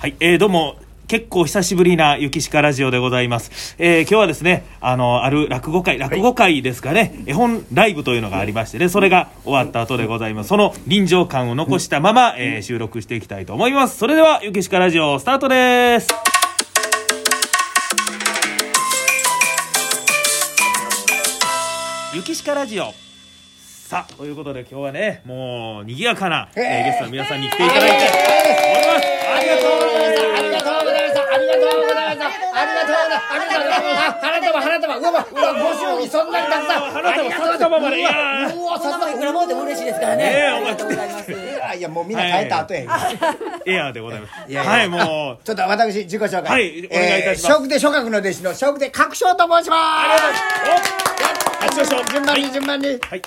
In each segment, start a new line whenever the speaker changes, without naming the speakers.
はい、えー、どうも、結構久しぶりなゆきしかラジオでございます。えー、今日はですね、あの、ある落語会、落語会ですかね、絵本ライブというのがありましてね、それが終わった後でございます。その臨場感を残したまま、えー収録していきたいと思います。それでは、ゆきしかラジオ、スタートです。ゆきしかラジオ。さあ、ということで今日はね、もう、賑やかな、えーゲストの皆さんに来ていただいて、おります。ありがとうございます。
ありがとうございました。ありがとうございました。ありがとうございました。ありがとうございました。花束、花束、うわ、うわ、ご祝儀そんなにたくさん。
花束花束までいやー
うわ、
そんな
さ
もんいくらもんでも嬉しいですからね。
ねえ
ありがとうございます。
いや、もうみんな帰った後や。
エアーでございます。
いやいや
はい、もう。
ちょっと私、自己紹介。
はいお願いいたします
えー食で諸学の弟子の食で各賞と申します。
ありがとうございます。お、
順番に順番に。
はい。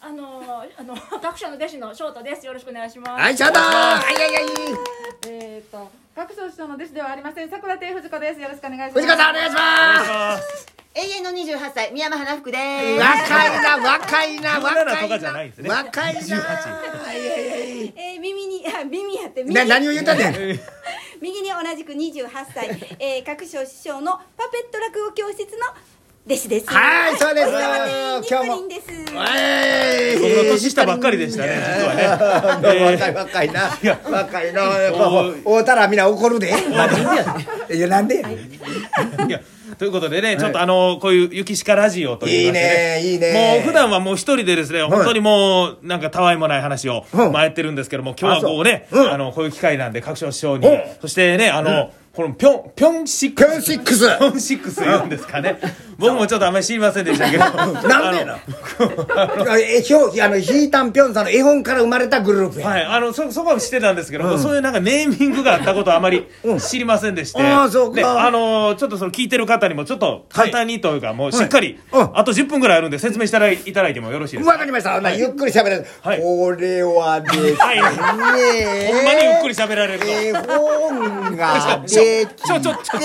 あのー、あの学者の弟子の翔太です。よろしくお願いします。
はい、シャーター。はい、はい、はい。
えっ、ー、と、学長師匠の弟子ではありません、桜亭藤子です。よろしくお願いします。
藤川さん、お願いします。
永遠の二十八歳、宮山花福で
若いな、若いな、若いな。
17とかじゃないんですね
若いな。
えー、耳にあ耳やって右
な、何を言ったねん。
右に同じく28歳、えー、各賞師匠のパペット落語教室の弟子です
はい、そうです。
今
今日
日
も
も。です
え
僕の年下ばっかりでしたね、実はね。
若い若いな若いなやっぱ
お
会うたらみんな怒るでいやなんでやねん
いやということでね、ちょっとあの、こういう、ゆきしかラジオというか
いいねいいね
もう普段はもう一人でですね、本当にもう、なんかたわいもない話を、
うん
まあやってるんですけども、今日はこうね、
あそううん
あの、こういう機会なんで、各所師匠に
うん、
そしてね、あの、このぴょん、ぴょんシック
ピ
ス。
ョンシックス
ピョンシックス言うんですかね。僕もちょっとあんまり知りませんでしたけど。
なんでなえひょあのひーたんぴょんさんの絵本から生まれたグループや
はい、あのそそこは知ってたんですけど、もうそういうなんかネーミングがあったことはあまり知りませんでして、
ああそうか
であのーちょっとその聞いてる方にもちょっと簡単にというか、もうしっかり、
うん
あと10分ぐらいあるんで説明したらいただいてもよろしいですか、
わかりましたほなゆっくり喋る
はい
これはですね
はいほんまにゆっくり喋られると。
絵本ができ
ちょちょちょ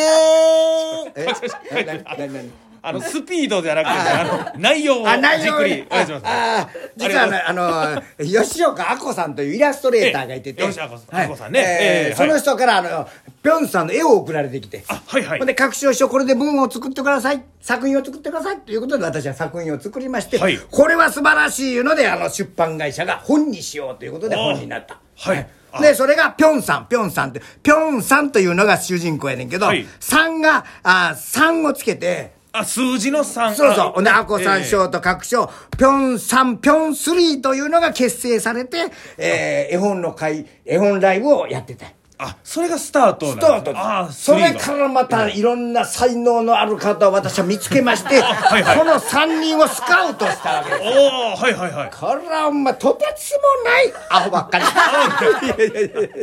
え なななな
あのスピードじゃなくて、あの内容を
あ、内
じっ
容
くりお願いします。
ああ実はね、あの、吉岡あこさんというイラストレーターがいてて、
ええ吉岡さん
はい
あこさんねええ
えーその人から、あの、ぴょんさんの絵を送られてきて、
あはいはい
ほんで、各賞書これで文を作ってください、作品を作ってくださいということで、私は作品を作りまして、
はい
これは素晴らしいいうので、あの、出版会社が本にしようということで
ああ
本になった。
はいあ
で、それが、ぴょんさん、ぴょんさんって、ぴょんさんというのが主人公やねんけど、
はい
さんが、あ3をつけて、
あ数字の3
そうそう。ほんで、アコさん
賞
賞と各賞、ぴょんさん、ぴょんスリーというのが結成されて、えー、絵本の会、絵本ライブをやってた。
あそれがスタートなん
ス
です
タート
あ
ですそれからまたいろんな才能のある方を私は見つけまし て、
はいはい
その3人をスカウトしたわけです。
おおはいはいはい
これはお前、とてつもないアホばっ かり。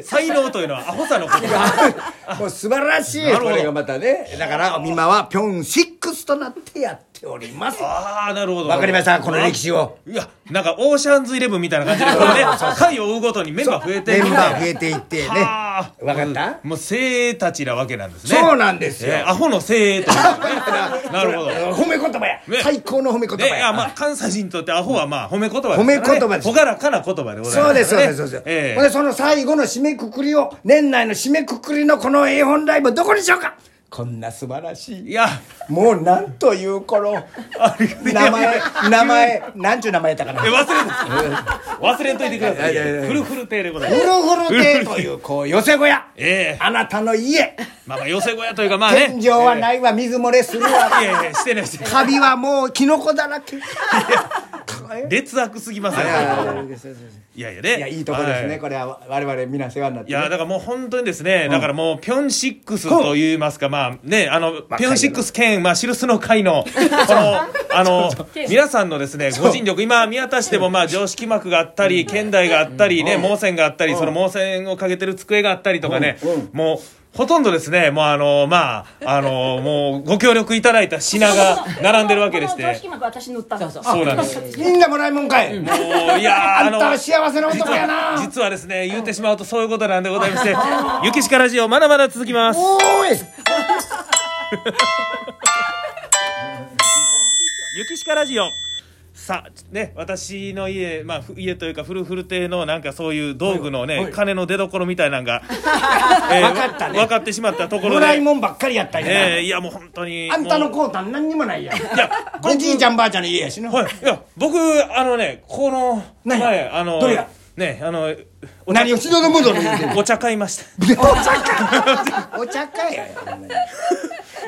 才能というのはアホさの ことだ
もう素晴らしい。
なるほど
これがまたね。だから、今はぴょん6となってやっております。
ああなるほど
わかりましたこの歴史を
いやなんかオーシャンズイレブンみたいな感じでこ れね回を追うごとにメンバー増えて
メ
い
ン
くみ
バ
たい
ー増
な
えていってね。
はあ
わかった
もう精鋭たちなわけなんですね
そうなんですよ
えーアホの精鋭というなるほどね
褒め言葉や、
ね
最高の褒め言 葉
い
や
やまあ関西人にとってアホはまあ褒め言葉ですからね
褒め言葉です
ほがらかな言葉でございます
そうですそう
から
で
ね
すそうです、
え
ほんでその最後の締めくくりを年内の締めくくりのこの絵本ライブどこにしようかこんな素晴らし
え
い
いや
もうなんという 頃
ありがとう
名前名前なんちゅう名前やったかな
え忘れん 忘れんといてください
いやいやいや
フルフル亭でござい
ふ
ます
るふる亭というこう寄せ小屋
ええ
あなたの家
まあまあ寄せ小屋というかまあね
天井はないわ水漏れするわ
いやいやしてないしてない
カビはもうキノコだらけい
劣悪すぎますよ
や
いやいやね
いやいいとこですね、
は
これは我々皆世話になって
い
ね、
やだからもう本当にですね、だからもうピョンシックスと言いますか、まあね、あの、ピョンシックス兼、まあ、シルスの会 の、この、あの、 皆さんのですね、ご尽力、今見渡しても、まあ、常識膜があったり、剣台があったりね、盲線があったり、その盲線をかけてる机があったりとかね、もう、ほとんどですね、もうあの、まあ、あの、もう、ご協力いただいた品が並んでるわけでし
この常
て
識、幕私塗ったんですよ。
そうなんです。
みんなもらいもんかい、
もう、いやー、
あんたは幸せな男やな
実はですね言ってしまうとそういうことなんでございまして「ゆきしかラジオ」まだまだ続きます
おーい
「ゆきしかラジオ」さね私の家まあふ家というか古古亭のなんかそういう道具のね、
はいはい
金の出所みたいなん が、え
わかったね
分かってしまったところ
もらい
で、
もんばっかりやったんやな
えーいやもう本当に
あんたの
も
コータン何にもないやん
ういや
これじいちゃんばあちゃんの家やしな
はい、いや僕あのねこの
何
前あの
どれや
ねあのお茶
何をしののむぞの言うてんの
お茶買いました
お茶かお茶かやほんまに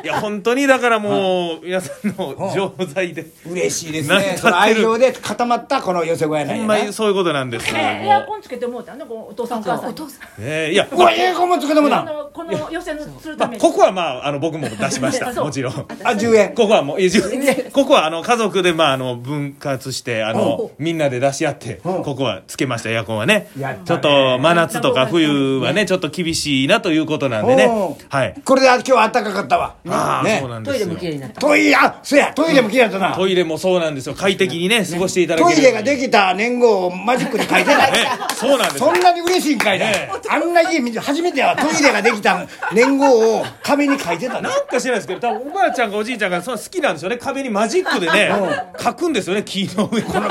いや本当にだからもう皆さんの錠剤で
嬉しいです
成り立っ
ね
てる
その愛情で固まったこの寄せ小屋な
ほ
んや
ん
な
まにそういうことなんですよ
ねエアコンつけてもうたのこのお父さんお母さんに
ねいや
うわ英語もつけても
あ
だ
のこの予選のするために
ここはまああの僕も出しました
そう
もちろん
あ10円
ここはもういや自分ここはあの家族でまああの分割してあのみんなで出し合って
うん
ここはつけましたエアコンはね
やったね
ちょっと真夏とか冬はねちょっと厳しいなということなんでね
おう
はい
これで今日は暖かかったわ
ああ、
ね
そうなんで
トイ
す
レ
よ
も綺麗になった。
トイレあそやトイレも綺麗だったな
トイレもそうなんですよ快適にね過ごしていただけ
ト
る
イレができた年号をマジックで書いてない
ねそうなんです
そんなに嬉しいんかいな
ね
あんな家見て初めてやわトイレができた年号を壁に書いてたな
なんか知らないですけど多分おばあちゃんかおじいちゃんがその好きなんですよね壁にマジックでね書くんですよね木の上この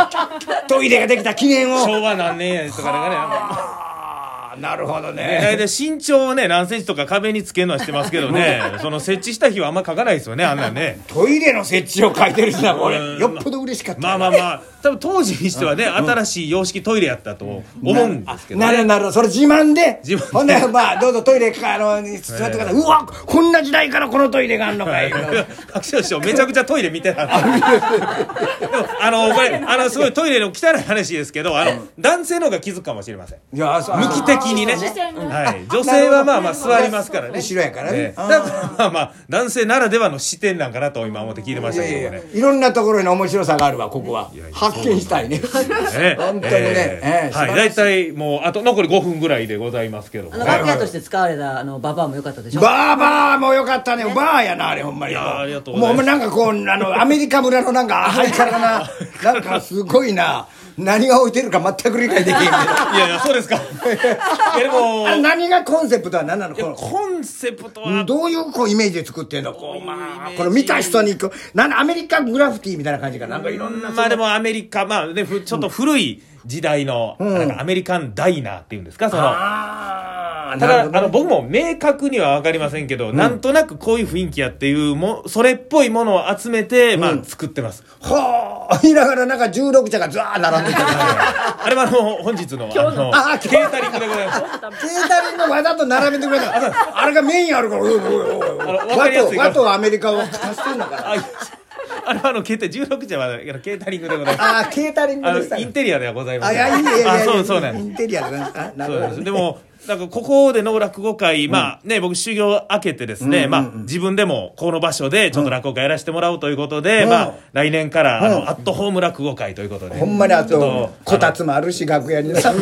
トイレができた記念を
昭和何年やねんとか なんかねなんか
あーなるほど
ね
ね
大体身長をね何センチとか壁につけるのはしてますけど ねその設置した日はあんま書かないですよねあんなん ね
トイレの設置を書いてるしなこ
う
れ
ん
よっぽど嬉しかった
まあまあまあ多分当時にしてはね新しい洋式トイレやったと思うんですけど
なるほどなるほどそれ自慢で
自慢で
ほんでまあどうぞトイレかあの座ってください、うわこんな時代からこのトイレがあんのかい
白書師匠めちゃくちゃトイレ見てたんででもあのこれあのすごいトイレの汚い話ですけどあの男性の方が気づくかもしれません
いやそう
向き的にね、
視線が
はい、女性はまあまあ座りますからね
後ろやからね
ええだからまあまあ男性ならではの視点なんかなと今思って聞いてましたけどもね
いろんなところに面白さがあるわここは発見したいね
ね
本当にねええ
はい、大体もうあと残り5分ぐらいでございますけども
あの、
ね。
はい
楽屋として使われた、あの、ババアも良かったでしょ。
バーバーもよかったねバーやなあれほんまに
いやーありがとうご
も
ざ
う
います
なんかこうあのアメリカ村のなんかハイカラな なんかすごいな何が置いてるか全く理解 できへんけど
いやいやそうですか。いやでも
あれ何がコンセプトは何なのこの
コンセプト
うん
は
どういうこうイメージで作ってんのこうまあこれ見た人にこうなんアメリカングラフィティみたいな感じかななんかいろんな
まあでもアメリカまあねふちょっと古い時代の、なんかアメリカンダイナーっていうんですかその。
ああ
ただ、あの、
ね
僕も明確には分かりませんけど、なんとなくこういう雰囲気やっていう、も、それっぽいものを集めて、まあ、作ってます。
ほー言いながらなんか16茶がずわー並んでた
あれは、あの、本日の、あの
あ、
ケータリングでございます。
ケータリングわざと並べてくれたあれがメインあるからおいおいおいおい
あのわかりやすい
和と和とアメリカを足してんのかな
あ、いやあの、あの、ケータリング、16じゃまだ、あのケータリングでございます。
あーケータリング
あ
でした
の
ね
インテリアではございま
あい
せん。
やいいねいいねいい
あ
ね
そうそうなんで
イ
す。
ンテリアでなんかあなる
そ
ほ
うなん
ど
で
ね
す。でも、なんかここでの落語会、まあね、僕修行明けてですね、まあ自分でもこの場所でちょっと落語会やらせてもらおうということで、
うん
まあ来年からあ
うん
の、アットホーム落語会ということで。
ほんまにあと
ちょ
こ
っと
たつもあるし楽屋にね
そ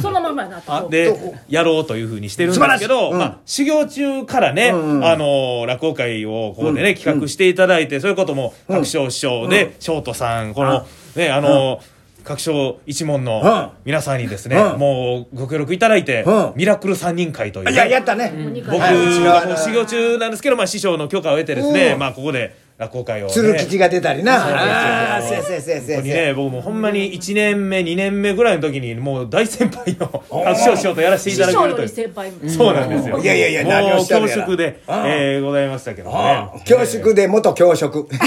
そのままやなと
あで、やろうというふうにしてるんですけど、
素晴らしいうん
まあ、修行中からね、あの、落語会をここでね、企画していただいて、そういうことも、各賞師匠で、翔太さん、この、ね、あの、各賞一門
うん
の皆さんにですね、
うん
もうご協力いただいて、
うん
ミラクル三人会というね、
いややったね
僕
はい違う
はもう修行中なんですけど、まあ、師匠の許可を得てですね、
うん
まあ、ここで落語会を、ね。
鶴吉が出たりなあ
な
あ
ん
ー
です
せ
よ
やせやせやせ
本当
やせ
に
や
ね、僕もほんまに1年目、2年目ぐらいの時に、もう大先輩の各賞師匠とやらせてい
師
ただけ
匠
る
よ
という
り。先輩も
そうなんですよ。
いやいやいや何を
も
おっ
う
しゃる
恐
やら
縮で、
ああ
えー、ございましたけども
あ
ね
あ。教縮で元教職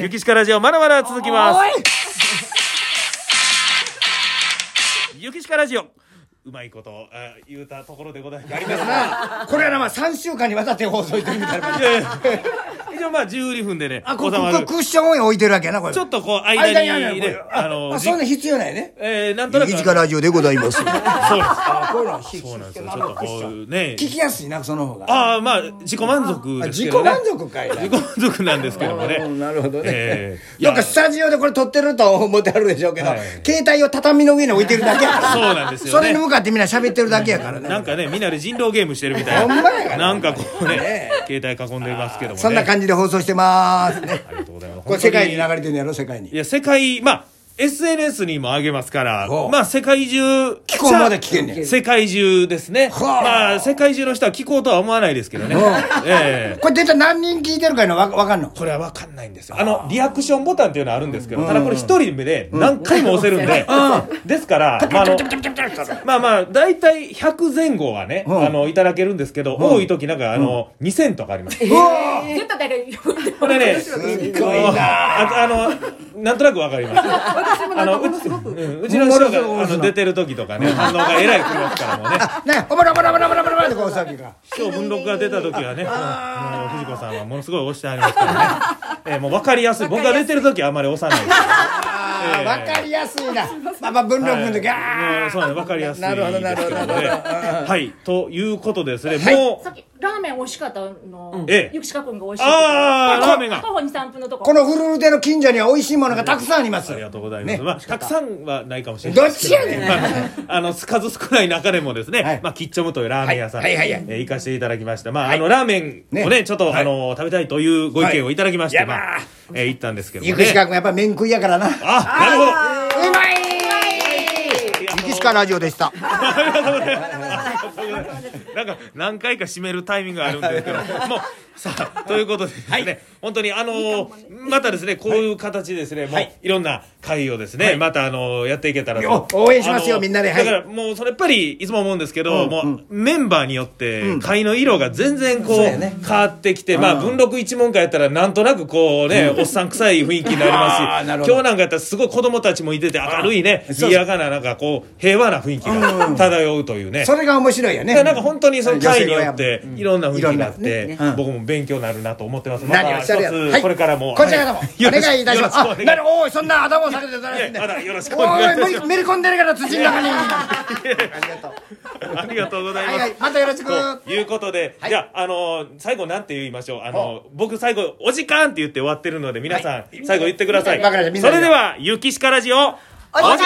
ゆきしかラジオ、まだまだ続きます。ゆきしかラジオ、うまいこと、あ言うたところでございます。
これはなまあ3週間にわたって放送してるみたいな
いやいや一応まあ12分でね、
あ
収
ここ
ま
こ
る。
クッションを置いてるわけやなこれ
ちょっとこう、
間に
間
あ
に
る
ね、
あ
あ
の
の、
そんな
じ
必要ないね
えー、なんとなく、
右近ラジオでございます
そうです。
あこういうのは必
そうなんです
須
よ。ちょっとこう、ね
聞。きやすいなその方が
ああ、まあ、自己満足
あ
です
自
け
己
どね。
満足かいな
自己満足なんですけどもね。
うんなるほどね、
えー
なんかスタジオでこれ撮ってると思ってあるでしょうけど、
はい
携帯を畳の上に置いてるだけやから
そうなんですよね
それに向かってみんな喋ってるだけやからね
なんかね、みんなで人狼ゲームしてるみたい
ほんまや
な。
がな
なんかこう
ね
ね、携帯囲んでますけどもね。
そんな感じで放送してます、ね、
ありがとうございます。
これ世界に流
本
れてるんやろ世界
当
に
にいや、世界、まあ、 SNS にも上げますから
ほう、
まあ世界中、
気候まで聞けんねん。
世界中ですね。
はあ
まあ世界中の人は聞こうとは思わないですけどね。ええ
これ出た何人聞いてるかいうのわわかんの
これは分かんないんですよ。あの、リアクションボタンっていうのはあるんですけど、ただこれ一人で何回も押せるんで、ですから、まああの、まあまあ、大体100前後はね、
うん
あの、いただけるんですけど、多い時なんか、あの、2000とかあります。
うわ
絶対誰か呼んで
これね、
ごいな
ああの、なんとなくわかります。
私もな
あ
んか
の、
も
う
のす
ち
ごく
うんうちの師匠
ものすごい
があの出てる時とかね、反応がえらい来ますからもうね。
あねおばらばらばらばらばらってこうさっきが
今日文録が出た時はね、もう藤子さんはものすごい押してありますからね。えーもう分かりやすい。僕が出てる時はあんまり押さないです。
あ
え
ー
え
わかりやすいなまあまあ文禄君の時
は
あ
い、そうなんです分かりやすいですけどね。
なるほどなるほど
はい、ということでですね、も
さ
う、
っきラーメン美味しかったの
ええ
ゆきしかくんが美味しいって
ああ、ラーメンが。
徒歩23分のとこ
このフルルテの近所には美味しいものがたくさんあります
ありがとうございます。
ね
まあ、たくさんはないかもしれないですけど。
どっちやねん
まあ、あの、数少ない中でもですね、
はい
まあ、キッチョムというラーメン屋さん、
はいはいはいはい
えー行かせていただきました。まあ、あの、ラーメンをね、
ね
ちょっと、
はい
あの、食べたいというご意見をいただきまして、
はい
ま
やば
あ
ー、
えー行ったんですけども、ね。
ゆくしか君やっぱ麺食いやからなう
あ、なるほど。
まいゆくしかラジオでした
なんか何回か締めるタイミングがあるんですけど、もうさあということでですね、本当にあのまたですねこういう形でですね、もういろんな会をですね、またあのやっていけたらと
お応援しますよ
あの
みんなでは
だ
い
からもうそれやっぱりいつも思うんですけど、
うん
も
う
うメンバーによって会の色が全然こう、
そうやね
変わってきて、まあ文録一問会やったらなんとなくこうね、おっさん臭い雰囲気になり
あ
ま
ー
すし、
なる
今
ほど
日なんかやったらすごい子供たちもいてて明るいね、
そうそう
賑やかななんかこう平和な雰囲気が漂うというね。
それが面白いよ
いや
ね
なんか本当にその会によっていろんな雰囲気になっ
いろん
て
なねうん
僕も勉強になるなと思ってます。ま
何
た
を
一
してるやろは
つこれからも
こちらからも
はい
お願いいたします
よろ
あ
しくお
な
願い
るおいそんな頭を下げてたらしい
し
ん
ま
だ
す。あらよろしくお
お
願い
い
し
め
ます
りめり込んでるから土の中に
ありがとうござい
はい
ま
は
す
い。またよろしく
ということで、じゃあ、あのー最後なんて言いましょう。あのー僕最後、お時間って言って終わってるので、皆さん、最後言ってください。
わかりましたみん
そ
なで
れでは、ゆきしかラジオ、お時間